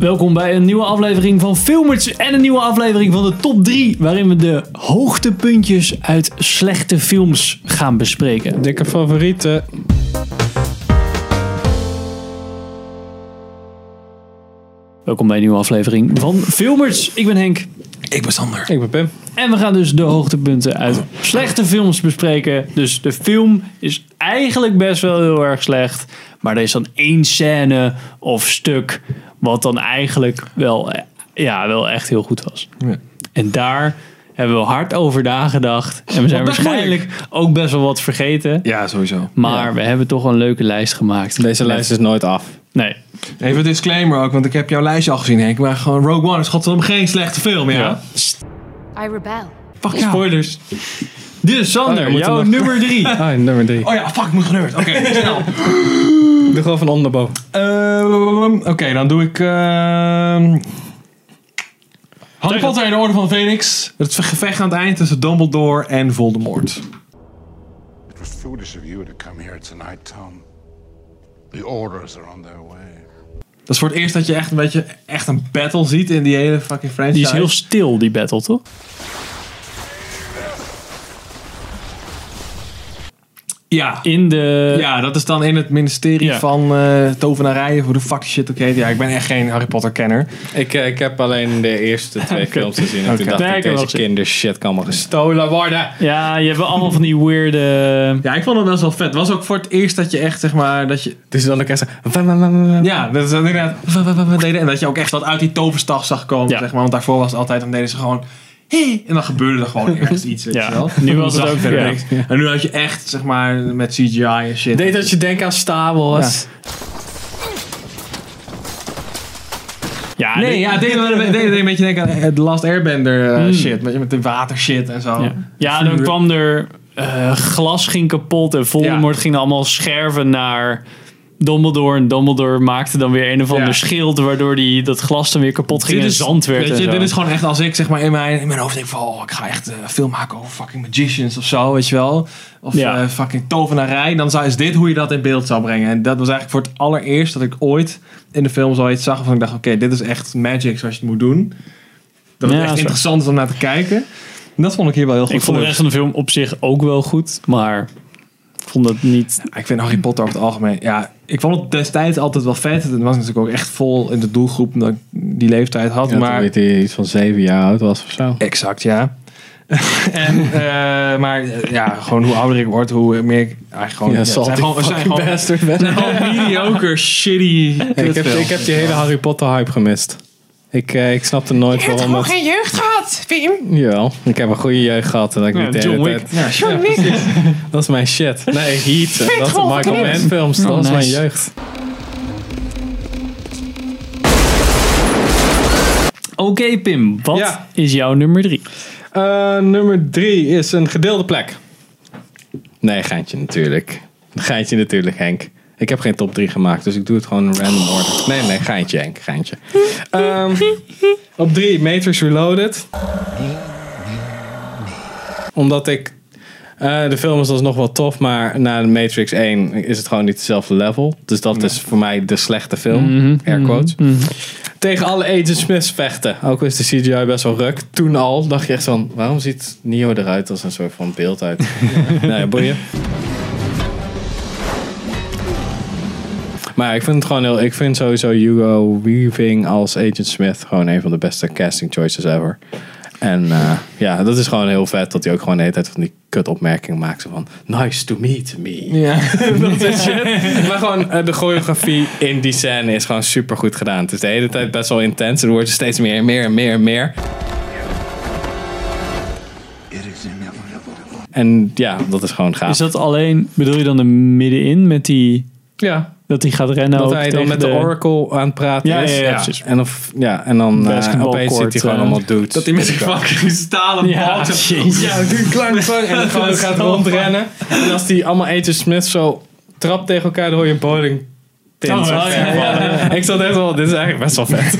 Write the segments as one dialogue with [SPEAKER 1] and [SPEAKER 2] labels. [SPEAKER 1] Welkom bij een nieuwe aflevering van Filmers en een nieuwe aflevering van de top 3, waarin we de hoogtepuntjes uit slechte films gaan bespreken.
[SPEAKER 2] Dikke favorieten.
[SPEAKER 1] Welkom bij een nieuwe aflevering van Filmers. Ik ben Henk
[SPEAKER 3] Ik ben Sander.
[SPEAKER 2] Ik ben Pim.
[SPEAKER 1] en we gaan dus de hoogtepunten uit slechte films bespreken. Dus de film is eigenlijk best wel heel erg slecht, maar er is dan één scène of stuk wat dan eigenlijk wel, eh, ja, wel echt heel goed was. En daar hebben we hard over nagedacht. En we zijn
[SPEAKER 3] best
[SPEAKER 1] waarschijnlijk ook best wel wat vergeten.
[SPEAKER 3] Ja, sowieso.
[SPEAKER 1] Maar we hebben toch een leuke lijst gemaakt.
[SPEAKER 2] Deze lijst is nooit af.
[SPEAKER 1] Nee.
[SPEAKER 3] Even een disclaimer ook, want ik heb jouw lijstje al gezien, Henk. Maar gewoon Rogue One is godverdomme geen slechte film, ja?
[SPEAKER 1] Ja.
[SPEAKER 4] I rebel.
[SPEAKER 3] Fuck jou.
[SPEAKER 1] Spoilers. Dus
[SPEAKER 2] Oh,
[SPEAKER 1] Sander,
[SPEAKER 2] we moeten
[SPEAKER 1] jouw
[SPEAKER 2] nog-
[SPEAKER 1] nummer drie.
[SPEAKER 2] Ah, nummer drie.
[SPEAKER 3] Oh ja, fuck, ik moet gebeurd. Oké, snel.
[SPEAKER 2] Doe gewoon van onder naar boven.
[SPEAKER 3] Ehm, Oké, dan doe ik... ehm Harry Potter en de Orde van de Phoenix. Het gevecht aan het eind tussen Dumbledore en Voldemort.
[SPEAKER 5] It was foolish of you to come here tonight, Tom. The orders are on their way.
[SPEAKER 3] Dat is voor het eerst dat je echt een beetje echt een battle ziet in die hele fucking franchise.
[SPEAKER 1] Die is heel stil, die battle, toch?
[SPEAKER 3] Ja.
[SPEAKER 1] In de...
[SPEAKER 3] Ja, dat is dan in het ministerie
[SPEAKER 1] Ja.
[SPEAKER 3] van eh tovenarijen. Hoe de fuck die shit ook heet. Ja, ik ben echt geen Harry Potter kenner.
[SPEAKER 2] Ik, eh, ik heb alleen de eerste twee films gezien. En toen
[SPEAKER 3] Oké.
[SPEAKER 2] dacht
[SPEAKER 1] Nee, ik
[SPEAKER 2] ik,
[SPEAKER 1] heb wel
[SPEAKER 2] deze
[SPEAKER 1] gezien.
[SPEAKER 2] kindershit kan maar gestolen worden.
[SPEAKER 1] Ja, je hebt wel allemaal van die weirde...
[SPEAKER 3] Ja, ik vond het best wel vet. Het was ook voor het eerst dat je echt, zeg maar, dat je...
[SPEAKER 2] Dus dan ook echt zo...
[SPEAKER 3] Ja, dat is dan inderdaad... wa- wa- wa- wa- deden. En dat je ook echt dat uit die toverstaf zag komen,
[SPEAKER 1] Ja.
[SPEAKER 3] zeg maar. Want daarvoor was het altijd, dan deden ze gewoon... Hey, en dan gebeurde er gewoon ergens iets, weet
[SPEAKER 1] Ja,
[SPEAKER 3] je wel.
[SPEAKER 1] nu was
[SPEAKER 3] Dan
[SPEAKER 1] het
[SPEAKER 3] zag
[SPEAKER 1] ook-
[SPEAKER 3] je verder
[SPEAKER 1] ja.
[SPEAKER 3] niks. En nu had je echt, zeg maar, met CGI en shit.
[SPEAKER 2] Deed dat je denkt aan Star Wars.
[SPEAKER 1] Ja,
[SPEAKER 3] Nee,
[SPEAKER 1] dit-
[SPEAKER 3] ja, het deed me- deed- deed een beetje denken aan het Last Airbender eh, shit. Met, met de water shit en zo.
[SPEAKER 1] Ja, ja dan
[SPEAKER 3] Vuur.
[SPEAKER 1] kwam er... eh, glas ging kapot en Voldemort ging allemaal scherven naar... Dumbledore en Dumbledore maakte dan weer een of ander
[SPEAKER 3] Ja.
[SPEAKER 1] schild... waardoor die, dat glas dan weer kapot ging en zand werd.
[SPEAKER 3] Weet
[SPEAKER 1] en
[SPEAKER 3] je,
[SPEAKER 1] zo.
[SPEAKER 3] dit is gewoon echt als ik zeg maar in mijn, in mijn hoofd denk van, oh, ik ga echt eh, een film maken over fucking magicians of zo, weet je wel. Of
[SPEAKER 1] Ja.
[SPEAKER 3] eh, fucking tovenarij. Dan zou, is dit hoe je dat in beeld zou brengen. En dat was eigenlijk voor het allereerst dat ik ooit in de film zoiets zag waarvan ik dacht, oké, dit is echt magic zoals je het moet doen. Dat het
[SPEAKER 1] Ja,
[SPEAKER 3] echt
[SPEAKER 1] zo.
[SPEAKER 3] interessant is om naar te kijken. En dat vond ik hier wel heel goed.
[SPEAKER 1] Ik vond de
[SPEAKER 3] gelukt.
[SPEAKER 1] rest van de film op zich ook wel goed, maar ik vond het niet.
[SPEAKER 3] Ja, Ik vind Harry Potter over het algemeen. Ja, ik vond het destijds altijd wel vet. Het was natuurlijk ook echt vol in de doelgroep omdat ik die leeftijd had.
[SPEAKER 2] Ja,
[SPEAKER 3] maar
[SPEAKER 2] toen weet hij iets van zeven jaar oud was of zo.
[SPEAKER 3] Exact, ja. en, eh, maar eh, ja, gewoon hoe ouder ik word, hoe meer ik eigenlijk gewoon...
[SPEAKER 2] Ja,
[SPEAKER 3] ja,
[SPEAKER 2] salty
[SPEAKER 3] zijn gewoon, zijn gewoon, zijn
[SPEAKER 2] bastard. man.
[SPEAKER 3] gewoon mediocre, shitty
[SPEAKER 2] Ik heb,
[SPEAKER 3] kutfilms.
[SPEAKER 2] ik heb die hele Harry Potter hype gemist. Ik, eh, ik snapte nooit waarom het...
[SPEAKER 3] geen jeugd gehad, Wim.
[SPEAKER 2] Jawel, ik heb een goede jeugd gehad. En dat ik
[SPEAKER 1] Ja,
[SPEAKER 2] niet de hele
[SPEAKER 1] John Wick.
[SPEAKER 2] tijd-
[SPEAKER 3] Ja, ja, precies.
[SPEAKER 2] Dat is mijn shit. Nee, Heat. eh, Dat
[SPEAKER 3] gewoon
[SPEAKER 2] is Michael Mann
[SPEAKER 3] verknipt.
[SPEAKER 2] films. Dat
[SPEAKER 1] Oh,
[SPEAKER 2] was mijn
[SPEAKER 1] nice.
[SPEAKER 2] jeugd.
[SPEAKER 1] Oké, Pim, wat
[SPEAKER 2] Ja.
[SPEAKER 1] is jouw nummer drie?
[SPEAKER 2] Eh, nummer drie is een gedeelde plek. Nee, geintje natuurlijk. Geintje natuurlijk, Henk. Ik heb geen top 3 gemaakt, dus ik doe het gewoon in random order. Nee, nee, geintje, Henk, geintje. Ehm, op 3, Matrix Reloaded. Omdat ik... eh, de film is alsnog wel tof, maar na de Matrix 1 is het gewoon niet hetzelfde level. Dus dat is voor mij de slechte film. Air quotes.
[SPEAKER 1] Mhm.
[SPEAKER 2] Tegen alle Agent Smiths vechten. Ook al is de CGI best wel ruk. Toen al dacht je echt van... Waarom ziet Neo eruit als een soort van beeld uit? nou ja, boeien. Maar ik vind het gewoon heel... Ik vind sowieso Hugo Weaving als Agent Smith... gewoon een van de beste casting choices ever. En eh, ja, dat is gewoon heel vet... dat hij ook gewoon de hele tijd van die kut opmerking maakt. Zo van... Nice to meet me.
[SPEAKER 3] Ja.
[SPEAKER 2] Dat is shit. Maar gewoon eh, de choreografie in die scène is gewoon super goed gedaan. Het is de hele tijd best wel intens. Er wordt steeds meer en meer en meer en meer.
[SPEAKER 5] It is inevitable.
[SPEAKER 2] En ja, dat is gewoon gaaf.
[SPEAKER 1] Is dat alleen, bedoel je dan de middenin met die,
[SPEAKER 2] ja,
[SPEAKER 1] dat hij gaat rennen?
[SPEAKER 2] dat
[SPEAKER 1] nou ook
[SPEAKER 2] hij dan
[SPEAKER 1] tegen
[SPEAKER 2] met de Oracle aan het praten
[SPEAKER 1] Ja,
[SPEAKER 2] is.
[SPEAKER 1] ja, ja, precies.
[SPEAKER 2] En, of, ja, en dan eh,
[SPEAKER 1] Basketbal
[SPEAKER 2] opeens
[SPEAKER 1] court,
[SPEAKER 2] ziet hij gewoon
[SPEAKER 1] eh,
[SPEAKER 2] allemaal dudes.
[SPEAKER 3] Dat die met zijn fucking stalen
[SPEAKER 1] Ja,
[SPEAKER 3] balken-
[SPEAKER 1] jezus.
[SPEAKER 3] Ja, die kleine
[SPEAKER 2] en dan gewoon
[SPEAKER 3] Dat is
[SPEAKER 2] gaat
[SPEAKER 3] zo
[SPEAKER 2] rondrennen. En als die allemaal Agent Smith zo trapt tegen elkaar, dan hoor je bowling tint.
[SPEAKER 1] Oh, ja, ja,
[SPEAKER 2] Ik zat echt wel, dit is eigenlijk best wel vet.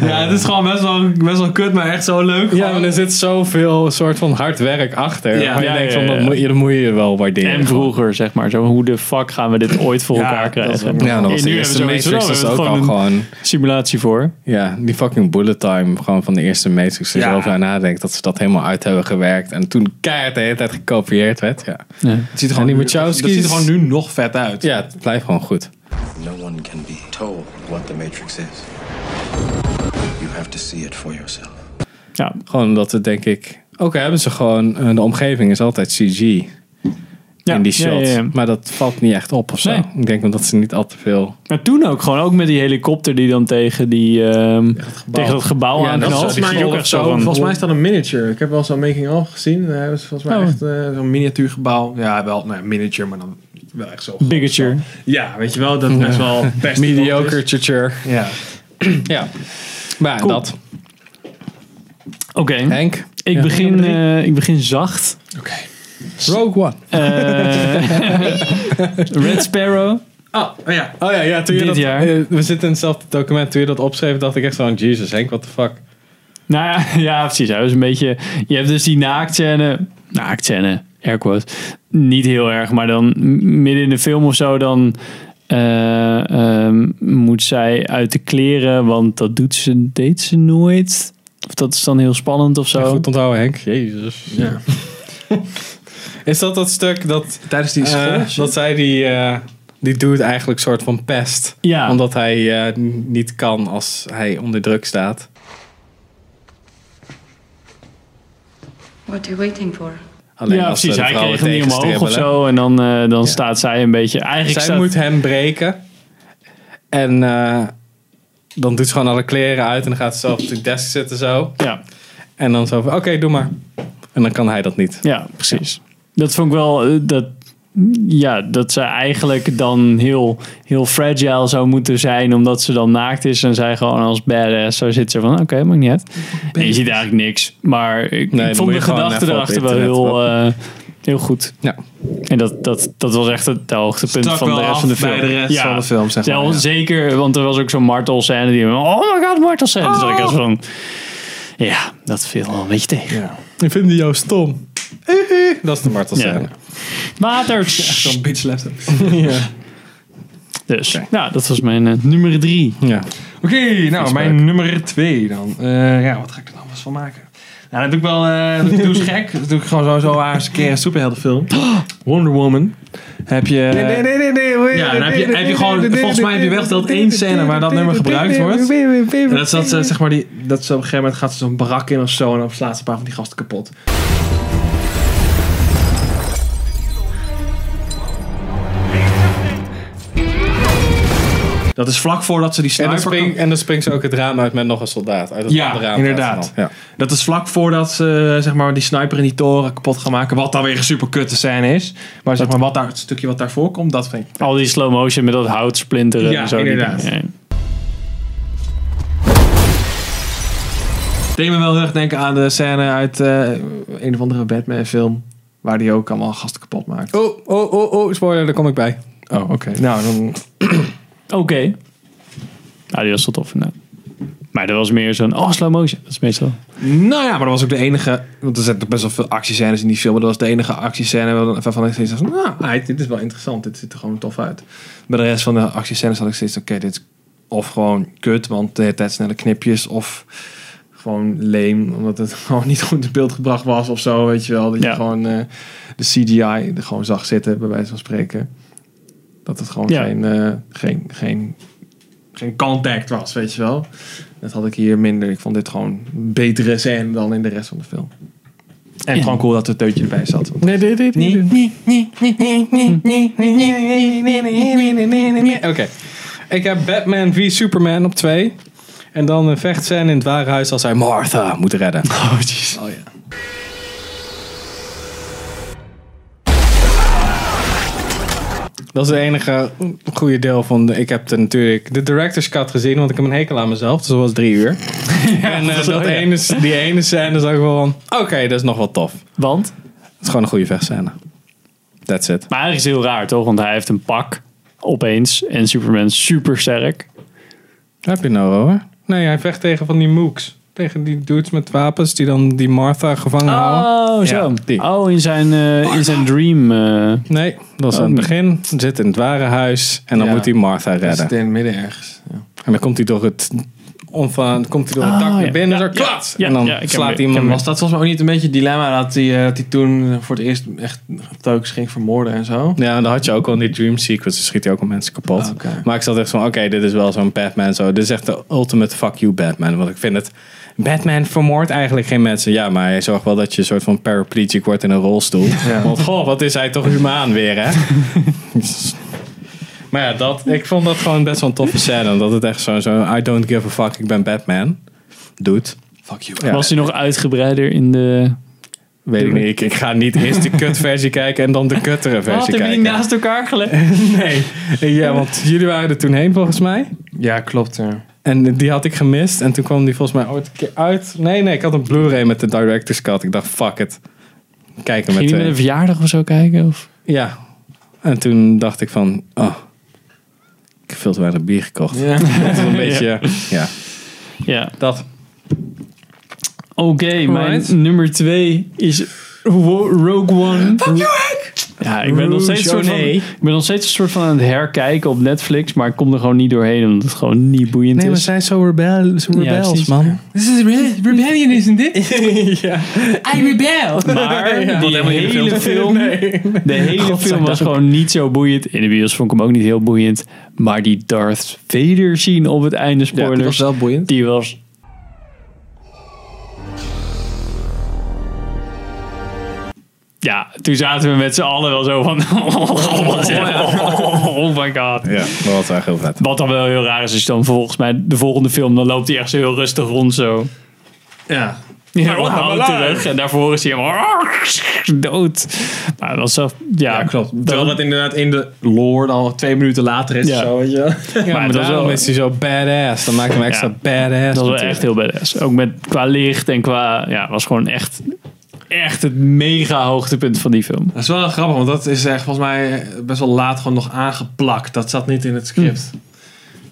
[SPEAKER 3] Ja, het is gewoon best wel, best wel kut, maar echt zo leuk.
[SPEAKER 2] Ja,
[SPEAKER 3] gewoon.
[SPEAKER 2] maar er zit zoveel soort van hard werk achter.
[SPEAKER 3] Ja,
[SPEAKER 2] waar je
[SPEAKER 1] ja,
[SPEAKER 2] denkt,
[SPEAKER 1] ja,
[SPEAKER 2] van,
[SPEAKER 1] ja.
[SPEAKER 2] dat, moet, je- dat moet je wel waarderen.
[SPEAKER 1] En vroeger, zeg maar. Zo, hoe de fuck gaan we dit ooit voor
[SPEAKER 3] Ja,
[SPEAKER 1] elkaar
[SPEAKER 3] dat is
[SPEAKER 1] krijgen?
[SPEAKER 3] wel-
[SPEAKER 2] Ja, dat was
[SPEAKER 1] En
[SPEAKER 2] de
[SPEAKER 1] nu
[SPEAKER 2] eerste
[SPEAKER 1] hebben ze
[SPEAKER 2] Matrix.
[SPEAKER 1] zoiets
[SPEAKER 2] Dat is
[SPEAKER 1] van,
[SPEAKER 2] ook
[SPEAKER 1] oh,
[SPEAKER 2] al
[SPEAKER 1] gewoon-
[SPEAKER 2] gewoon...
[SPEAKER 1] Simulatie voor.
[SPEAKER 2] Ja, die fucking bullet time gewoon van de eerste Matrix. Als je
[SPEAKER 3] Ja.
[SPEAKER 2] erover nadenkt dat ze dat helemaal uit hebben gewerkt. En toen keihard de hele tijd gekopieerd werd. Ja,
[SPEAKER 1] Ja.
[SPEAKER 3] het ziet er
[SPEAKER 2] en
[SPEAKER 3] gewoon,
[SPEAKER 2] die
[SPEAKER 3] nu, dat
[SPEAKER 2] Wachowskis-
[SPEAKER 3] ziet er gewoon nu nog vet uit.
[SPEAKER 2] ja het blijft gewoon goed.
[SPEAKER 4] No one can be told what the Matrix is. You have to see it for yourself.
[SPEAKER 1] Ja.
[SPEAKER 2] Gewoon omdat het denk ik... Ook al hebben ze gewoon... eh, De omgeving is altijd CG
[SPEAKER 1] Ja,
[SPEAKER 2] in
[SPEAKER 1] ja,
[SPEAKER 2] die shot.
[SPEAKER 1] ja, ja.
[SPEAKER 2] Maar dat valt niet echt op of zo.
[SPEAKER 1] Nee.
[SPEAKER 2] Ik denk omdat ze niet al te veel...
[SPEAKER 1] Maar toen ook gewoon, ook met die helikopter die dan tegen, die, ehm, tegen dat gebouw
[SPEAKER 2] Ja,
[SPEAKER 1] aan
[SPEAKER 2] dat
[SPEAKER 1] knalt.
[SPEAKER 2] is volgens
[SPEAKER 1] Die
[SPEAKER 2] mij
[SPEAKER 1] ook
[SPEAKER 2] ook
[SPEAKER 1] echt
[SPEAKER 2] zo.
[SPEAKER 1] zo van-
[SPEAKER 3] Volgens mij is dat een miniature. Ik heb wel zo'n making-of gezien. Daar hebben ze volgens mij
[SPEAKER 1] Oh.
[SPEAKER 3] echt eh, zo'n miniatuurgebouw. Ja, wel nou, ja, miniature, maar dan wel echt zo.
[SPEAKER 1] Bigature.
[SPEAKER 3] Ja, weet je wel, dat is best wel best
[SPEAKER 2] Mediocre culture.
[SPEAKER 3] is. Ja.
[SPEAKER 2] Ja. Maar ja,
[SPEAKER 1] Cool.
[SPEAKER 2] dat.
[SPEAKER 1] Oké,
[SPEAKER 2] Henk.
[SPEAKER 1] ik, begin, eh, ik begin zacht.
[SPEAKER 3] Oké.
[SPEAKER 2] Rogue One.
[SPEAKER 1] Eh, Red Sparrow.
[SPEAKER 3] Oh, oh ja.
[SPEAKER 2] Oh ja, ja toen je
[SPEAKER 1] Dit
[SPEAKER 2] dat,
[SPEAKER 1] jaar.
[SPEAKER 2] eh, we zitten in hetzelfde document. Toen je dat opschreef, dacht ik echt zo aan Jesus Henk, what the fuck.
[SPEAKER 1] Nou ja, ja precies. Ja, dat is een beetje, je hebt dus die naaktscène. Naaktscène, air quotes. Niet heel erg, maar dan m- midden in de film of zo, dan eh, ehm, moet zij uit de kleren, want dat doet ze, deed ze nooit. Of dat is dan heel spannend of zo.
[SPEAKER 2] Ja, Goed onthouden Henk. Jezus.
[SPEAKER 3] Ja.
[SPEAKER 2] Is dat dat stuk dat,
[SPEAKER 3] Tijdens die school.
[SPEAKER 2] eh, dat zij die, eh die dude eigenlijk soort van pest?
[SPEAKER 1] Ja.
[SPEAKER 2] Omdat hij eh, niet kan als hij onder druk staat.
[SPEAKER 6] What are you waiting for?
[SPEAKER 2] Alleen
[SPEAKER 1] ja,
[SPEAKER 2] als ze
[SPEAKER 1] precies.
[SPEAKER 2] de
[SPEAKER 1] Hij
[SPEAKER 2] vrouwen
[SPEAKER 1] kreeg hem niet omhoog of
[SPEAKER 2] tegenstribbelen.
[SPEAKER 1] zo. En dan, eh, dan staat zij een beetje. Eigenlijk
[SPEAKER 2] Zij
[SPEAKER 1] staat,
[SPEAKER 2] Dus moet hem breken. En eh, dan doet ze gewoon alle kleren uit en dan gaat ze zelf op de desk zitten zo.
[SPEAKER 1] ja,
[SPEAKER 2] En dan zo van, oké, doe maar. En dan kan hij dat niet.
[SPEAKER 1] ja, precies. Dat vond ik wel. eh, dat, ja, dat ze eigenlijk dan heel, heel fragile zou moeten zijn. Omdat ze dan naakt is. En zij gewoon als badass. Zo zit ze van: oké, maakt niet uit. En je ziet eigenlijk niks. Maar ik
[SPEAKER 2] Nee, dan
[SPEAKER 1] vond
[SPEAKER 2] moet
[SPEAKER 1] de
[SPEAKER 2] je gewoon
[SPEAKER 1] gedachte
[SPEAKER 2] even op
[SPEAKER 1] erachter wel
[SPEAKER 2] internet
[SPEAKER 1] heel, eh, heel goed.
[SPEAKER 2] Ja.
[SPEAKER 1] En dat, dat, dat was echt het hoogtepunt
[SPEAKER 3] Stak
[SPEAKER 1] van de
[SPEAKER 3] wel
[SPEAKER 1] rest
[SPEAKER 3] af
[SPEAKER 1] van de film.
[SPEAKER 3] bij de rest van de film, zeg maar,
[SPEAKER 1] Ja,
[SPEAKER 3] ja.
[SPEAKER 1] Zeker, want er was ook zo'n martelscène die... Oh my god, martelscène. Dus ik
[SPEAKER 3] Oh.
[SPEAKER 1] was van... Ja, dat viel wel een beetje tegen.
[SPEAKER 3] ja.
[SPEAKER 2] Ik vind die jou stom. Dat is de martelscène.
[SPEAKER 1] Ja. Water!
[SPEAKER 3] Zo'n bitch letter.
[SPEAKER 1] Dus, nou, dat was mijn eh, nummer drie.
[SPEAKER 2] Ja.
[SPEAKER 3] Oké, nou,
[SPEAKER 2] Viesbuik.
[SPEAKER 3] mijn nummer twee dan. Eh, ja, wat ga ik er dan eens van maken? Nou, dat doe ik wel... eh, dat doe ik gek. Dat doe ik gewoon sowieso haar eens een keer een superheldenfilm. Wonder Woman. Heb je...
[SPEAKER 2] nee, nee.
[SPEAKER 3] Ja, dan heb je, heb je gewoon... Volgens mij heb je weggeteld één scène waar dat nummer gebruikt wordt. En dat is dat ze, zeg maar, die, dat ze op een gegeven moment gaat ze zo'n barak in of zo... en dan slaat ze een paar van die gasten kapot. Dat is vlak voordat ze die
[SPEAKER 2] En
[SPEAKER 3] sniper...
[SPEAKER 2] dan, spring, en dan springt ze ook het raam uit met nog een soldaat. Uit het
[SPEAKER 3] Ja,
[SPEAKER 2] andere raam
[SPEAKER 3] inderdaad.
[SPEAKER 2] staat ze dan.
[SPEAKER 3] Dat is vlak voordat ze zeg maar, die sniper in die toren kapot gaan maken. Wat dan weer een super kutte scène is. Maar, zeg maar wat daar, het stukje wat daarvoor komt, dat vind ik.
[SPEAKER 1] Al die slow motion met dat hout splinteren
[SPEAKER 3] Ja,
[SPEAKER 1] en zo.
[SPEAKER 3] inderdaad.
[SPEAKER 1] Ja.
[SPEAKER 3] Het deed me wel heel erg denken aan de scène uit eh, een of andere Batman-film. Waar die ook allemaal gasten kapot maakt.
[SPEAKER 2] Oh, oh, oh, oh, spoiler, daar kom ik bij.
[SPEAKER 3] Oh, oké. Nou, dan.
[SPEAKER 1] Oké. Nou, die was wel tof inderdaad. Maar dat was meer zo'n... Oh, slow motion. Dat is meestal...
[SPEAKER 3] Nou ja, maar dat was ook de enige. Want er zitten best wel veel actiescènes in die film. Maar dat was de enige actiescène waarvan ik steeds dacht: Nou, ai, dit is wel interessant. Dit ziet er gewoon tof uit. Bij de rest van de actiescènes had ik steeds: Oké, dit is of gewoon kut, want de hele tijd snelle knipjes. Of gewoon leem, omdat het gewoon niet goed in beeld gebracht was of zo. Weet je wel. Dat
[SPEAKER 1] Ja.
[SPEAKER 3] je gewoon eh, de CGI er gewoon zag zitten, bij wijze van spreken. Dat het gewoon
[SPEAKER 1] Ja.
[SPEAKER 3] geen, eh, geen, geen, geen contact was, weet je wel. Dat had ik hier minder. Ik vond dit gewoon een betere scène dan in de rest van de film. En gewoon cool dat er teutje erbij zat. want-
[SPEAKER 2] Nee, nee, nee, nee. Oké. Ik heb Batman v Superman op twee. En dan een vechtscène in het ware huis als hij Martha moet redden.
[SPEAKER 3] Oh, jeez. Oh, ja.
[SPEAKER 2] Dat is het enige goede deel van. De, ik heb de, natuurlijk de director's cut gezien, want ik heb een hekel aan mezelf. Dus dat was drie uur. en eh, dat ene, die ene scène is ook wel van. Oké, dat is nog wel tof. Het
[SPEAKER 1] Want?
[SPEAKER 2] is gewoon een goede vechtscène. That's it.
[SPEAKER 1] Maar eigenlijk is het heel raar, toch? Want hij heeft een pak Opeens. En Superman super sterk.
[SPEAKER 2] Heb je nou hoor? Nee, hij vecht tegen van die mooks. Tegen die dudes met wapens die dan die Martha gevangen houden.
[SPEAKER 1] Oh, zo.
[SPEAKER 2] Ja, die.
[SPEAKER 1] oh, in zijn, eh, in zijn dream. eh,
[SPEAKER 2] Nee, dat is aan het
[SPEAKER 1] Oh.
[SPEAKER 2] begin. Zit in het ware huis en dan
[SPEAKER 3] Ja.
[SPEAKER 2] moet hij Martha redden.
[SPEAKER 3] in het midden ergens. Ja.
[SPEAKER 2] En dan komt hij door het, onvan, komt hij door het
[SPEAKER 1] Ah,
[SPEAKER 2] dak
[SPEAKER 1] ja.
[SPEAKER 2] naar binnen.
[SPEAKER 1] Ja, ja,
[SPEAKER 2] zo, klats!
[SPEAKER 1] ja,
[SPEAKER 2] en dan
[SPEAKER 1] ja, ik heb hem
[SPEAKER 2] slaat
[SPEAKER 1] weer,
[SPEAKER 2] hij
[SPEAKER 1] ik heb
[SPEAKER 2] hem
[SPEAKER 1] hem
[SPEAKER 3] Was dat volgens mij ook niet een beetje het dilemma dat hij, eh, dat hij toen voor het eerst echt telkens ging vermoorden en zo?
[SPEAKER 2] Ja, en dan had je ook al in die dream sequences schiet hij ook al mensen kapot.
[SPEAKER 3] Ah, oké.
[SPEAKER 2] Maar ik zat echt van, oké, dit is wel zo'n Batman zo. Dit is echt de ultimate fuck you Batman. Want ik vind het, Batman vermoordt eigenlijk geen mensen. Ja, maar hij zorgt wel dat je een soort van paraplegic wordt in een rolstoel. Want goh, wat is hij toch humaan weer, hè? maar ja, dat, ik vond dat gewoon best wel een toffe scène. Omdat het echt zo'n, zo, I don't give a fuck, ik ben Batman. Doet.
[SPEAKER 3] Fuck you.
[SPEAKER 2] Ja.
[SPEAKER 1] Was hij nog uitgebreider in de...
[SPEAKER 2] Weet ik niet, ik, ik ga niet eerst de kutversie kijken en dan de kuttere versie
[SPEAKER 1] Wat hebben
[SPEAKER 2] kijken.
[SPEAKER 1] die naast elkaar gelegd?
[SPEAKER 2] Nee, ja, want jullie waren er toen heen volgens mij.
[SPEAKER 3] Ja, klopt. Ja.
[SPEAKER 2] En die had ik gemist. En toen kwam die volgens mij ooit een keer uit. Nee, nee, ik had een Blu-ray met de Director's Cut. Ik dacht, fuck it. Kijken
[SPEAKER 1] Ging
[SPEAKER 2] met,
[SPEAKER 1] je
[SPEAKER 2] eh,
[SPEAKER 1] met een verjaardag of zo kijken? Of?
[SPEAKER 2] Ja. En toen dacht ik van, oh, ik heb veel te weinig bier gekocht.
[SPEAKER 3] Ja.
[SPEAKER 2] Dat is een beetje, ja.
[SPEAKER 1] Ja.
[SPEAKER 2] Dat.
[SPEAKER 1] Oké, mijn
[SPEAKER 2] Alright.
[SPEAKER 1] nummer twee is Wo- Rogue One. Ja, ik ben, nog steeds soort van,
[SPEAKER 2] Rouge, oh nee.
[SPEAKER 1] ik ben nog steeds een soort van aan het herkijken op Netflix, maar ik kom er gewoon niet doorheen omdat het gewoon niet boeiend
[SPEAKER 2] Nee, we
[SPEAKER 1] is.
[SPEAKER 2] zijn zo rebel, zo
[SPEAKER 1] Ja,
[SPEAKER 2] rebels,
[SPEAKER 1] precies.
[SPEAKER 2] man.
[SPEAKER 3] This is rebellion, isn't it?
[SPEAKER 2] ja.
[SPEAKER 3] I rebel.
[SPEAKER 1] Maar
[SPEAKER 2] Ja, want
[SPEAKER 1] die
[SPEAKER 2] helemaal niet
[SPEAKER 1] hele
[SPEAKER 2] gefilmd.
[SPEAKER 1] film, de hele film was gewoon niet zo boeiend. In de bios vond ik hem ook niet heel boeiend, maar die Darth Vader zien op het einde
[SPEAKER 3] Ja, dat was
[SPEAKER 1] spoilers,
[SPEAKER 3] wel boeiend.
[SPEAKER 1] die was Ja, toen zaten we met z'n allen wel zo van. oh my god.
[SPEAKER 2] Ja, maar wat echt heel vet.
[SPEAKER 1] Wat dan wel heel raar is, is dan volgens mij de volgende film, dan loopt hij echt zo heel rustig rond zo.
[SPEAKER 3] Ja.
[SPEAKER 1] Ja, dan houdt hij terug en daarvoor is hij hem dood. Maar dat was zo, ja,
[SPEAKER 3] Ja, klopt. Terwijl
[SPEAKER 1] Dan-
[SPEAKER 3] dat inderdaad in de lore al twee minuten later is.
[SPEAKER 1] Ja.
[SPEAKER 3] Zo, weet je wel.
[SPEAKER 2] Ja, maar
[SPEAKER 1] dat is
[SPEAKER 2] daarom
[SPEAKER 1] wel-
[SPEAKER 2] is hij zo badass. Dan maakt hem extra
[SPEAKER 1] Ja.
[SPEAKER 2] badass.
[SPEAKER 1] dat was wel
[SPEAKER 2] natuurlijk.
[SPEAKER 1] echt heel badass. Ook met, qua licht en qua, ja, was gewoon echt, echt het mega hoogtepunt van die film.
[SPEAKER 3] Dat is wel grappig, want dat is echt volgens mij eh, best wel laat gewoon nog aangeplakt. Dat zat niet in het script.
[SPEAKER 2] Hm.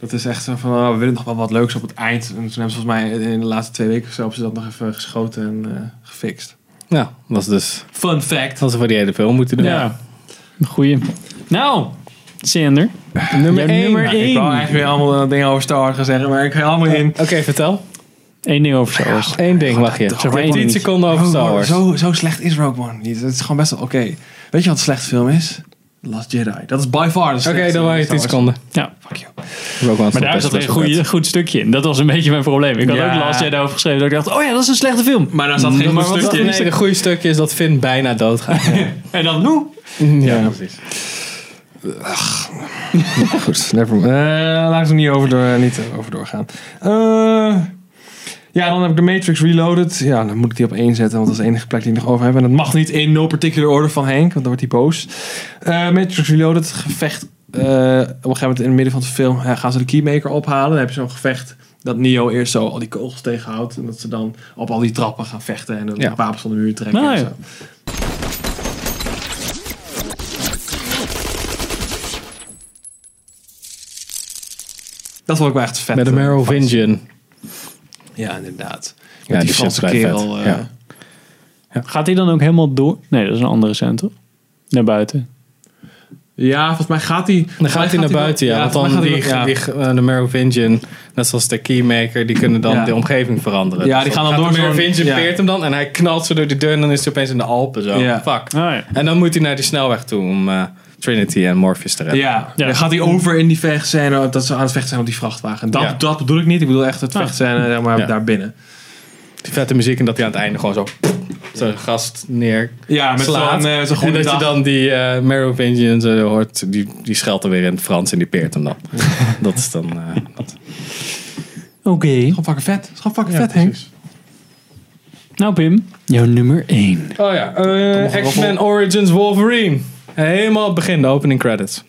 [SPEAKER 3] Dat is echt zo van, oh, we willen nog wel wat leuks op het eind. En toen hebben ze volgens mij in de laatste twee weken of zo hebben ze dat nog even geschoten en eh, gefixt.
[SPEAKER 2] Nou, dat is dus
[SPEAKER 3] Fun fact.
[SPEAKER 2] wat ze voor die hele film moeten doen.
[SPEAKER 1] Ja. Goeie. Nou, Sander.
[SPEAKER 2] Nummer
[SPEAKER 1] Jouw
[SPEAKER 2] 1.
[SPEAKER 1] nummer één.
[SPEAKER 3] Ik wou eigenlijk weer allemaal eh, dingen over Star Wars gaan zeggen, maar ik ga allemaal in.
[SPEAKER 2] Oké, vertel.
[SPEAKER 1] Eén ding over Star Wars.
[SPEAKER 2] Eén ding Oh, mag je. Zeg maar
[SPEAKER 1] één
[SPEAKER 2] 10
[SPEAKER 1] ding.
[SPEAKER 2] seconden over Star Wars.
[SPEAKER 3] Zo, zo slecht is Rogue One niet. Het is gewoon best wel oké. Weet je wat een slecht film is? The Last Jedi. Dat is by far de
[SPEAKER 2] Oké,
[SPEAKER 3] slechtste
[SPEAKER 2] dan
[SPEAKER 3] film
[SPEAKER 2] waren je
[SPEAKER 3] van
[SPEAKER 2] 10
[SPEAKER 3] Star
[SPEAKER 2] seconden.
[SPEAKER 3] Wars.
[SPEAKER 1] Ja.
[SPEAKER 3] Fuck you.
[SPEAKER 1] Maar daar zat
[SPEAKER 2] dat
[SPEAKER 1] er een goeie, goed stukje in. Dat was een beetje mijn probleem. Ik had
[SPEAKER 2] Ja.
[SPEAKER 1] ook Last Jedi over geschreven. Dat ik dacht, oh ja, dat is een slechte film.
[SPEAKER 3] Maar daar zat geen goed
[SPEAKER 2] Mm. Maar wat dat
[SPEAKER 3] stukje in.
[SPEAKER 2] nee, een goede stukje is dat Finn bijna doodgaat.
[SPEAKER 1] En dan nu.
[SPEAKER 2] ja, precies.
[SPEAKER 3] Goed, never mind. Eh, laten we er niet over, door, niet eh, over doorgaan. Eh, ja, dan heb ik de Matrix Reloaded. Ja, dan moet ik die op één zetten, want dat is de enige plek die ik nog over heb. En dat mag niet in no particular order van Henk, want dan wordt hij boos. Eh, Matrix Reloaded, gevecht. eh, op een gegeven moment in het midden van de film eh, gaan ze de Keymaker ophalen. Dan heb je zo'n gevecht dat Neo eerst zo al die kogels tegenhoudt. En dat ze dan op al die trappen gaan vechten en dan
[SPEAKER 2] Ja.
[SPEAKER 3] wapens van de muur trekken.
[SPEAKER 1] Nou
[SPEAKER 3] en
[SPEAKER 1] ja.
[SPEAKER 3] zo. Dat vond ik wel echt vet.
[SPEAKER 2] Met de
[SPEAKER 3] eh,
[SPEAKER 2] Merovingian.
[SPEAKER 3] Ja, inderdaad. Met
[SPEAKER 2] Ja,
[SPEAKER 3] die,
[SPEAKER 2] die shit is
[SPEAKER 3] Franse
[SPEAKER 2] vrij vet.
[SPEAKER 3] kerel. eh,
[SPEAKER 2] Ja.
[SPEAKER 1] Gaat hij dan ook helemaal door? Nee, dat is een andere scène, toch? Naar buiten.
[SPEAKER 3] Ja, volgens mij gaat hij...
[SPEAKER 2] Dan gaat hij naar buiten, ja. want dan die,
[SPEAKER 3] ja.
[SPEAKER 2] die, eh, de Merovingian, net zoals de Keymaker, die kunnen dan
[SPEAKER 3] Ja.
[SPEAKER 2] de omgeving veranderen. Dus
[SPEAKER 3] Ja, die gaan dan
[SPEAKER 2] gaat
[SPEAKER 3] door
[SPEAKER 2] De
[SPEAKER 3] zo'n-
[SPEAKER 2] Merovingian
[SPEAKER 3] ja.
[SPEAKER 2] peert hem dan en hij knalt ze door die deur en dan is hij opeens in de Alpen zo.
[SPEAKER 3] Ja.
[SPEAKER 2] Fuck.
[SPEAKER 1] Oh, ja.
[SPEAKER 2] En dan moet hij naar die snelweg toe om eh, Trinity en Morpheus te redden.
[SPEAKER 3] Ja,
[SPEAKER 1] Ja.
[SPEAKER 3] dan gaat hij over in die vechtscène dat ze aan het vechten zijn op die vrachtwagen. Dat,
[SPEAKER 2] Ja.
[SPEAKER 3] dat bedoel ik niet. Ik bedoel echt het vechtscène zeg maar,
[SPEAKER 2] Ja.
[SPEAKER 3] daar binnen.
[SPEAKER 2] Die vette muziek en dat hij aan het einde gewoon zo zijn gast neer
[SPEAKER 3] Ja, met
[SPEAKER 2] slaat.
[SPEAKER 3] zo'n eh, zo'n
[SPEAKER 2] en
[SPEAKER 3] goede
[SPEAKER 2] dat je
[SPEAKER 3] dag.
[SPEAKER 2] dan die eh Merovingian zo hoort, die, die scheldt er weer in het Frans en die peert hem dan. dat is dan... eh, dat.
[SPEAKER 1] Oké.
[SPEAKER 3] Gewoon fucking vet. Het is gewoon fucking vet, Henk.
[SPEAKER 2] precies.
[SPEAKER 1] Nou, Pim. Jouw nummer 1.
[SPEAKER 2] Oh ja, eh, X-Men Origins Wolverine. Helemaal het begin, de opening credits.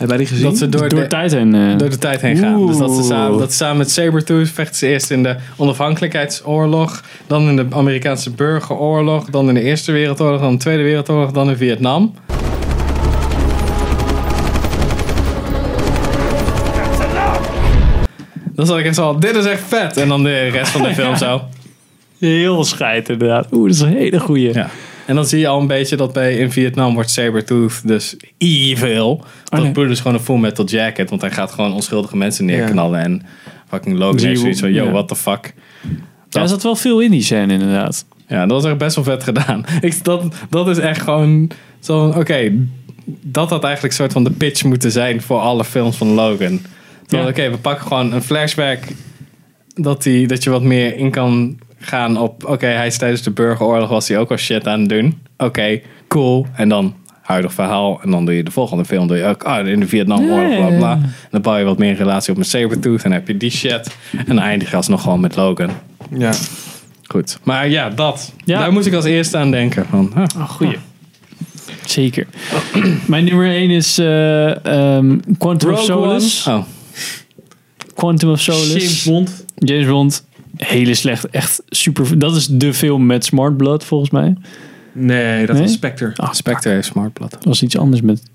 [SPEAKER 3] Heb jij die gezien?
[SPEAKER 2] Dat ze door,
[SPEAKER 1] Door
[SPEAKER 2] de,
[SPEAKER 1] tijd heen. eh,
[SPEAKER 2] door de tijd heen gaan. Dus dat ze
[SPEAKER 1] Oeh.
[SPEAKER 2] samen, dat ze samen met Sabertooth vechten ze eerst in de onafhankelijkheidsoorlog. Dan in de Amerikaanse burgeroorlog. Dan in de Eerste Wereldoorlog. Dan de Tweede Wereldoorlog. Dan in Vietnam. Dan zat ik echt zo al, dit is echt vet. En dan de rest van de film zo.
[SPEAKER 1] Heel scheid inderdaad. Oeh, dat is een hele goeie.
[SPEAKER 2] Ja. En dan zie je al een beetje dat bij in Vietnam wordt Sabertooth dus evil. Dat
[SPEAKER 1] Oh, nee.
[SPEAKER 2] Bruce is gewoon een full metal jacket, want hij gaat gewoon onschuldige mensen neerknallen. En fucking Logan
[SPEAKER 1] Zie je
[SPEAKER 2] heeft zoiets van,
[SPEAKER 1] hoe-
[SPEAKER 2] yo,
[SPEAKER 1] ja.
[SPEAKER 2] what the fuck.
[SPEAKER 1] Daar zat wel veel in die scène inderdaad.
[SPEAKER 2] Ja, dat was echt best wel vet gedaan. Ik, dat, dat is echt gewoon zo van, oké, dat had eigenlijk soort van de pitch moeten zijn voor alle films van Logan. Van,
[SPEAKER 1] Ja.
[SPEAKER 2] Oké, we pakken gewoon een flashback dat, die, dat je wat meer in kan gaan op, oké, hij is tijdens de burgeroorlog was hij ook al shit aan het doen. Oké, cool. En dan huidig verhaal en dan doe je de volgende film, doe je ook, ah, in de Vietnamoorlog, bla bla. En dan bouw je wat meer relatie op met Sabertooth en dan heb je die shit. En dan eindig je alsnog gewoon met Logan.
[SPEAKER 3] Ja.
[SPEAKER 2] Goed. Maar ja, dat.
[SPEAKER 1] Ja.
[SPEAKER 2] Daar moest ik als eerste aan denken. Van, ah,
[SPEAKER 1] Goeie. Zeker. Mijn nummer 1 is eh, ehm, Quantum of Solace.
[SPEAKER 2] Oh.
[SPEAKER 1] Quantum of Solace.
[SPEAKER 3] James Bond.
[SPEAKER 1] James Bond. Hele slecht. Echt super. Dat is de film met Smart Blood volgens mij.
[SPEAKER 3] Nee, dat
[SPEAKER 1] Nee?
[SPEAKER 3] was Spectre.
[SPEAKER 1] Ah,
[SPEAKER 2] Spectre heeft smartblad.
[SPEAKER 1] Dat was iets anders met... Dat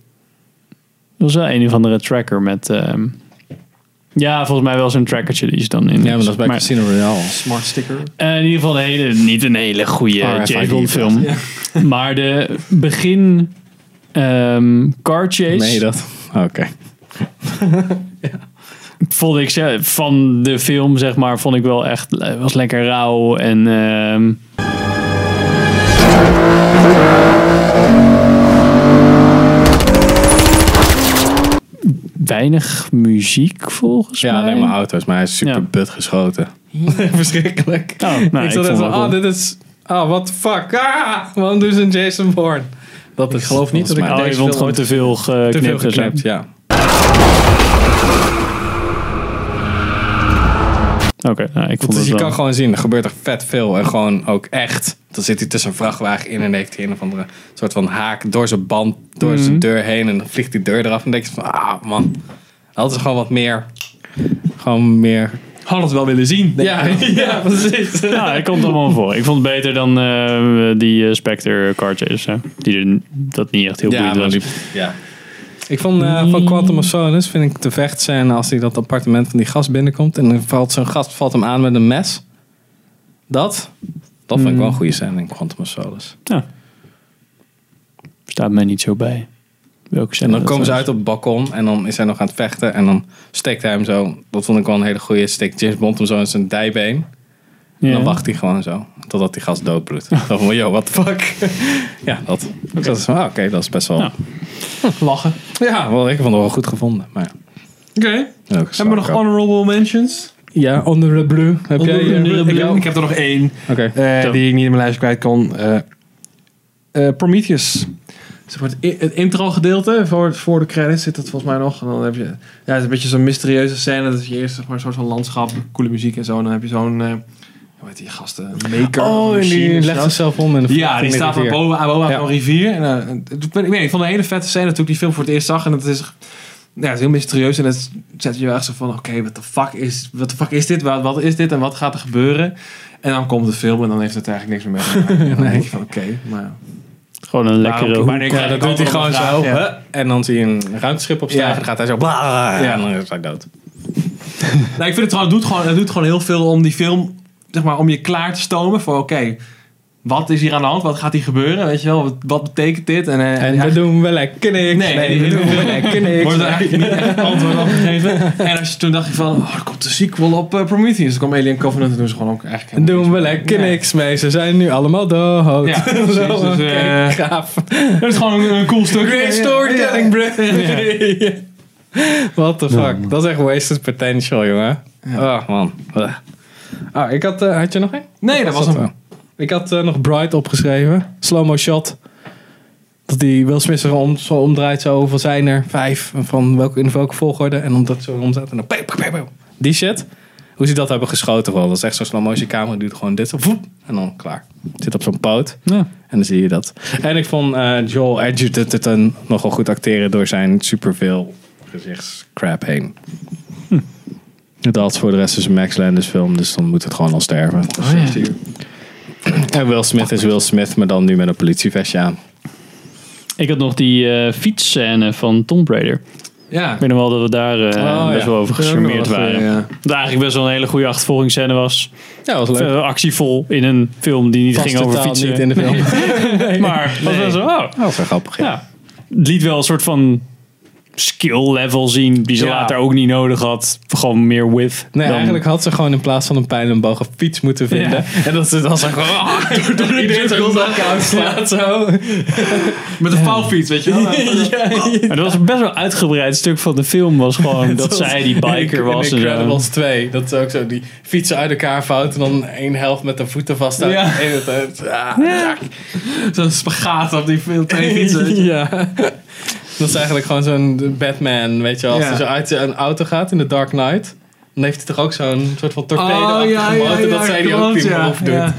[SPEAKER 1] was wel een of andere tracker met... ehm, ja, volgens mij wel zo'n trackertje die is dan in.
[SPEAKER 2] Ja, maar dat is bij Casino Royale.
[SPEAKER 3] Smart sticker.
[SPEAKER 1] Eh, in ieder geval een hele, niet een hele goede
[SPEAKER 2] RFID
[SPEAKER 1] James Bond film. Maar de begin ehm, car chase
[SPEAKER 2] Nee, dat. Oké.
[SPEAKER 1] vond ik zelf- van de film zeg maar vond ik wel echt eh, was lekker rauw en ehm, weinig muziek volgens
[SPEAKER 2] Ja,
[SPEAKER 1] mij.
[SPEAKER 2] alleen maar auto's, maar hij is super
[SPEAKER 1] Ja.
[SPEAKER 2] but geschoten. Verschrikkelijk.
[SPEAKER 1] Oh, nou, ik
[SPEAKER 2] ik zat
[SPEAKER 1] vond
[SPEAKER 2] echt van,
[SPEAKER 1] het wel.
[SPEAKER 2] ah, dit is. Ah, what the fuck. Ah, waarom doen ze een Jason Bourne? Dat ik geloof niet dat ik
[SPEAKER 1] Oh, je
[SPEAKER 2] deze
[SPEAKER 1] vond
[SPEAKER 2] film
[SPEAKER 1] gewoon te veel geknipt.
[SPEAKER 2] te veel
[SPEAKER 1] en zo.
[SPEAKER 2] geknipt. Ja.
[SPEAKER 1] Oké, nou, ik vond
[SPEAKER 2] Dus
[SPEAKER 1] het
[SPEAKER 2] je
[SPEAKER 1] wel.
[SPEAKER 2] kan gewoon zien, er gebeurt er vet veel. En gewoon ook echt. Dan zit hij tussen een vrachtwagen in en heeft hij een of andere soort van haak door zijn band, door zijn deur heen. En dan vliegt die deur eraf. En dan denk je van, ah man. Dat is gewoon wat meer. Gewoon meer.
[SPEAKER 3] Had het wel willen zien. denk
[SPEAKER 2] Ja,
[SPEAKER 3] ik.
[SPEAKER 2] ja, precies.
[SPEAKER 1] Ja, ik komt allemaal voor. Ik vond het beter dan eh, die eh, Spectre Car Chase. Hè? Die er, dat niet echt heel
[SPEAKER 2] Ja,
[SPEAKER 1] boeiend
[SPEAKER 2] maar
[SPEAKER 1] was.
[SPEAKER 2] die- ja. Ik vond eh, van Quantum of Solace vind ik de vechtscène als hij dat appartement van die gast binnenkomt. En dan valt zo'n gast valt hem aan met een mes. Dat. Dat vond ik wel een goede scène in Quantum of Solace.
[SPEAKER 1] Ja. Staat mij niet zo bij. Welke
[SPEAKER 2] En
[SPEAKER 1] scène
[SPEAKER 2] dan
[SPEAKER 1] dat
[SPEAKER 2] komen ze
[SPEAKER 1] was.
[SPEAKER 2] uit op het balkon en dan is hij nog aan het vechten. En dan steekt hij hem zo. Dat vond ik wel een hele goede steek. James Bond hem zo in zijn dijbeen.
[SPEAKER 1] Ja.
[SPEAKER 2] En dan wacht hij gewoon zo. Totdat die gast doodbloedt. Dan van, yo, what the fuck. ja, dat. Dus dat is van, ah, Oké, dat is best wel...
[SPEAKER 1] Ja.
[SPEAKER 3] Lachen.
[SPEAKER 2] Ja, wel, ik vond het wel goed gevonden. Maar
[SPEAKER 3] Oké.
[SPEAKER 2] ja, ook
[SPEAKER 3] Hebben we nog
[SPEAKER 2] ook.
[SPEAKER 3] honorable mentions?
[SPEAKER 2] Ja, Honorable. Heb jij... eh,
[SPEAKER 3] ik,
[SPEAKER 2] Oké.
[SPEAKER 3] heb, ik heb er nog één. eh,
[SPEAKER 1] Zo.
[SPEAKER 3] die ik niet in mijn lijst kwijt kon. Eh, eh, Prometheus. Zeg maar, het i- het intro gedeelte voor, voor de credits zit dat volgens mij nog. En dan heb je, ja, het is een beetje zo'n mysterieuze scène. Dat je eerst zeg maar, een soort van landschap, coole muziek en zo. En dan heb je zo'n, eh hoe heet die gasten? Maker.
[SPEAKER 2] Oh, en die
[SPEAKER 3] machine
[SPEAKER 2] legt
[SPEAKER 3] of zo.
[SPEAKER 2] zichzelf om in de
[SPEAKER 3] Ja, die
[SPEAKER 2] in de
[SPEAKER 3] staat van
[SPEAKER 2] rivier.
[SPEAKER 3] boven aan boven aan
[SPEAKER 2] Ja.
[SPEAKER 3] een rivier. En, eh, en het- ik weet niet, ik vond het een hele vette scène toen ik die film voor het eerst zag. En het is, ja, het is heel mysterieus. En het zet je wel echt zo van, oké, wat de fuck is wat de fuck is dit? Wat, wat is dit en wat gaat er gebeuren? En dan komt de film en dan heeft het eigenlijk niks meer mee. te maken. En dan denk je van, oké, maar...
[SPEAKER 1] Gewoon een lekkere
[SPEAKER 3] Waarom-
[SPEAKER 1] hoek.
[SPEAKER 3] wanneer
[SPEAKER 2] Ja,
[SPEAKER 3] krijg ik
[SPEAKER 2] dat doet hij
[SPEAKER 3] antwoord
[SPEAKER 2] gewoon
[SPEAKER 3] op mijn
[SPEAKER 2] zo.
[SPEAKER 3] vraag? Ja.
[SPEAKER 2] huh, En dan zie je een ruimteschip opstijgen.
[SPEAKER 3] Ja.
[SPEAKER 2] En dan gaat hij zo... bla
[SPEAKER 3] Ja.
[SPEAKER 2] En dan is hij dood.
[SPEAKER 3] Nou, ik vind het trouwens, het doet gewoon, het doet gewoon heel veel om die film, zeg maar, om je klaar te stomen voor, oké, wat is hier aan de hand? Wat gaat hier gebeuren? Weet je wel, wat, wat betekent dit? En, eh,
[SPEAKER 2] En
[SPEAKER 3] ja,
[SPEAKER 2] we doen wel lekker niks.
[SPEAKER 3] Nee, nee, nee, nee, nee,
[SPEAKER 2] lekker niks.
[SPEAKER 3] Wordt er eigenlijk niet echt antwoord op gegeven. En als je toen dacht je van, oh, er komt een sequel op eh, Prometheus. Dan kwam Alien Covenant en doen ze gewoon ook eigenlijk
[SPEAKER 2] En
[SPEAKER 3] helemaal
[SPEAKER 2] doen we
[SPEAKER 3] niks
[SPEAKER 2] lekker
[SPEAKER 3] mee.
[SPEAKER 2] niks mee. Ze zijn nu allemaal dood.
[SPEAKER 3] Ja, precies. Dus,
[SPEAKER 2] Zo, oké,
[SPEAKER 3] eh,
[SPEAKER 2] gaaf.
[SPEAKER 3] Nee. Dat is gewoon een, een cool stuk.
[SPEAKER 2] Great storytelling, bro. What the fuck. Dat is echt wasted potential, jongen. Oh, man. Ugh. Ah, ik had, eh, had je nog één?
[SPEAKER 3] Nee, dat was
[SPEAKER 2] Zat
[SPEAKER 3] hem.
[SPEAKER 2] wel. Ik had eh, nog Bright opgeschreven. Slow-mo shot. Dat die Will Smith zich om, zo omdraait. Zo, hoeveel zijn er? Vijf. En Van welke, in welke volgorde? En omdat ze omdraait. En dan... pew, pew, pew, pew. Die shit. Hoe ze dat hebben geschoten. Gewoon. Dat is echt zo'n slow-motion camera. Die doet gewoon dit. Zo, voep, en dan klaar. Zit op zo'n poot.
[SPEAKER 1] Ja.
[SPEAKER 2] En dan zie je dat. En ik vond eh, Joel Edgerton nogal goed acteren door zijn superveel gezichtscrap heen. Dat is voor de rest is een Max Landis film, dus dan moet het gewoon al sterven. En Will Smith is Will Smith, maar dan nu met een politievestje aan.
[SPEAKER 1] Ik had nog die eh fietsscène van Tomb Raider.
[SPEAKER 3] Ja.
[SPEAKER 1] Ik weet nog wel dat we daar eh,
[SPEAKER 2] Oh,
[SPEAKER 1] best
[SPEAKER 2] ja.
[SPEAKER 1] wel over gecharmeerd
[SPEAKER 3] Ja, dat was,
[SPEAKER 1] waren.
[SPEAKER 3] eh, ja.
[SPEAKER 1] Dat eigenlijk best wel een hele goede achtervolgingsscène was.
[SPEAKER 2] Ja, was leuk.
[SPEAKER 1] Eh, actievol in een film die niet
[SPEAKER 2] Past
[SPEAKER 1] ging over
[SPEAKER 2] totaal
[SPEAKER 1] fietsen.
[SPEAKER 2] niet in de film.
[SPEAKER 1] Maar was wel zo, oh,
[SPEAKER 2] Oh, zo grappig. Ja.
[SPEAKER 1] ja. Het liet wel een soort van skill level zien die ze
[SPEAKER 2] Ja.
[SPEAKER 1] later ook niet nodig had. Gewoon meer with.
[SPEAKER 2] Nee,
[SPEAKER 1] dan-
[SPEAKER 2] eigenlijk had ze gewoon in plaats van een pijl en boog een fiets moeten vinden. En dat ze dan zo gewoon... Oh, door de
[SPEAKER 3] iedereen zo'n knockout
[SPEAKER 2] slaat zo.
[SPEAKER 3] Met een vouwfiets, weet je wel.
[SPEAKER 1] Maar dat was een best wel uitgebreid stuk van de film. Was gewoon dat zij die biker was.
[SPEAKER 2] In
[SPEAKER 1] en zo.
[SPEAKER 2] Incredibles 2. Dat is ook zo. Die fietsen uit elkaar vouwt en dan één helft met de voeten vast.
[SPEAKER 3] Ja.
[SPEAKER 2] En het, eh, ah, ja.
[SPEAKER 3] Zo'n spagaat op die veel twee fietsen. weet je.
[SPEAKER 2] Ja. Dat is eigenlijk gewoon zo'n Batman, weet je wel. Als
[SPEAKER 3] Ja.
[SPEAKER 2] hij zo uit een auto gaat in The Dark Knight. Dan heeft hij toch ook zo'n soort van torpedo oh, En dat zij die ook
[SPEAKER 3] klopt,
[SPEAKER 2] die
[SPEAKER 3] ja,
[SPEAKER 2] move doet.
[SPEAKER 3] ja.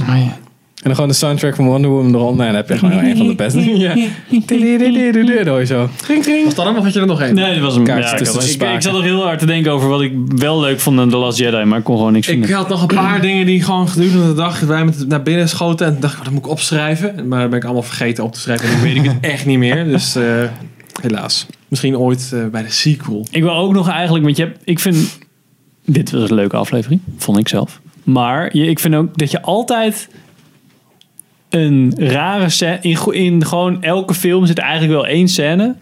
[SPEAKER 2] En dan gewoon de soundtrack van Wonder Woman eronder. En dan heb je gewoon een van de beste. Ja. Dan hoor je zo.
[SPEAKER 3] Was dat hem of had je er nog één?
[SPEAKER 1] Nee, dat was een
[SPEAKER 2] Kaart
[SPEAKER 1] ja, ik,
[SPEAKER 2] tussen de
[SPEAKER 1] ik,
[SPEAKER 2] spaken.
[SPEAKER 1] ik zat nog heel hard te denken over wat ik wel leuk vond aan The Last Jedi, maar ik kon gewoon niks
[SPEAKER 3] Ik
[SPEAKER 1] vinden.
[SPEAKER 3] had nog een paar dingen die gewoon gedurende de dag wij met naar binnen schoten. En dacht ik, dat moet ik opschrijven. Maar dat ben ik allemaal vergeten op te schrijven. En nu weet ik het echt niet meer. Dus eh, helaas. Misschien ooit eh, bij de sequel.
[SPEAKER 1] Ik wil ook nog eigenlijk, want je hebt, ik vind, dit was een leuke aflevering, vond ik zelf. Maar je, ik vind ook dat je altijd een rare scène, in, go- in gewoon elke film zit eigenlijk wel één scène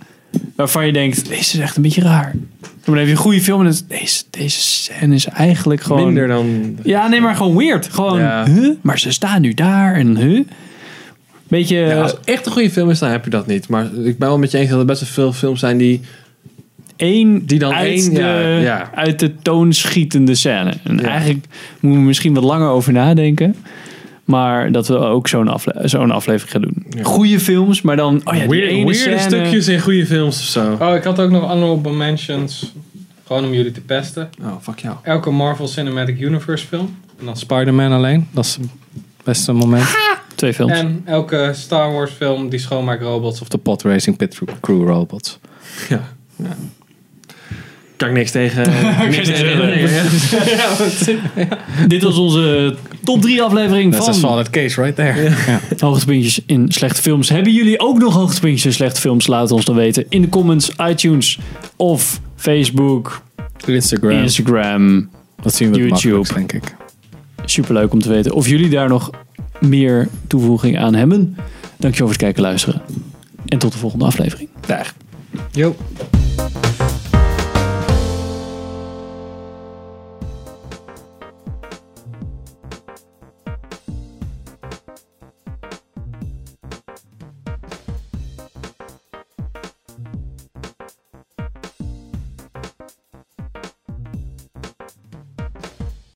[SPEAKER 1] waarvan je denkt, deze is echt een beetje raar. Maar dan heb je een goede film en dan is deze, deze scène is eigenlijk gewoon...
[SPEAKER 3] Minder dan...
[SPEAKER 1] Ja, nee, maar gewoon weird. Gewoon,
[SPEAKER 3] Ja.
[SPEAKER 1] huh? Maar ze staan nu daar en huh? Beetje...
[SPEAKER 3] Ja, als het echt een goede film is, dan heb je dat niet. Maar ik ben wel met je eens dat er best wel veel films zijn die...
[SPEAKER 1] Oh één
[SPEAKER 3] Die dan
[SPEAKER 1] uit,
[SPEAKER 3] één,
[SPEAKER 1] de,
[SPEAKER 3] ja, ja.
[SPEAKER 1] uit de toon schietende scène. En
[SPEAKER 3] Ja.
[SPEAKER 1] eigenlijk moeten we misschien wat langer over nadenken. Maar dat we ook zo'n afle zo'n aflevering gaan doen. Goede films, maar dan. Oh ja, die ene scène.
[SPEAKER 3] in goede films of zo.
[SPEAKER 2] Oh, ik had ook nog honorable mentions. Gewoon om jullie te pesten.
[SPEAKER 3] Oh, fuck jou.
[SPEAKER 2] Elke Marvel Cinematic Universe film. En dan Spider-Man alleen. Dat is het beste moment.
[SPEAKER 1] Twee films.
[SPEAKER 2] En elke Star Wars film die schoonmaak robots of de pod racing pit crew robots.
[SPEAKER 3] Ja. ja. Kan ik niks tegen. niks tegen.
[SPEAKER 1] Nee, Dit was onze top 3 aflevering
[SPEAKER 2] Dat is
[SPEAKER 1] van
[SPEAKER 2] een solid case right there.
[SPEAKER 1] Hoogtepuntjes in slechte films. Hebben jullie ook nog hoogtepuntjes in slechte films? Laat ons dan weten in de comments, iTunes of Facebook,
[SPEAKER 2] Instagram.
[SPEAKER 1] Instagram.
[SPEAKER 2] Dat zien we het
[SPEAKER 1] YouTube.
[SPEAKER 2] makkelijkst, denk ik.
[SPEAKER 1] Superleuk om te weten of jullie daar nog meer toevoeging aan hebben. Dankjewel voor het kijken en luisteren. En tot de volgende aflevering.
[SPEAKER 2] Yo.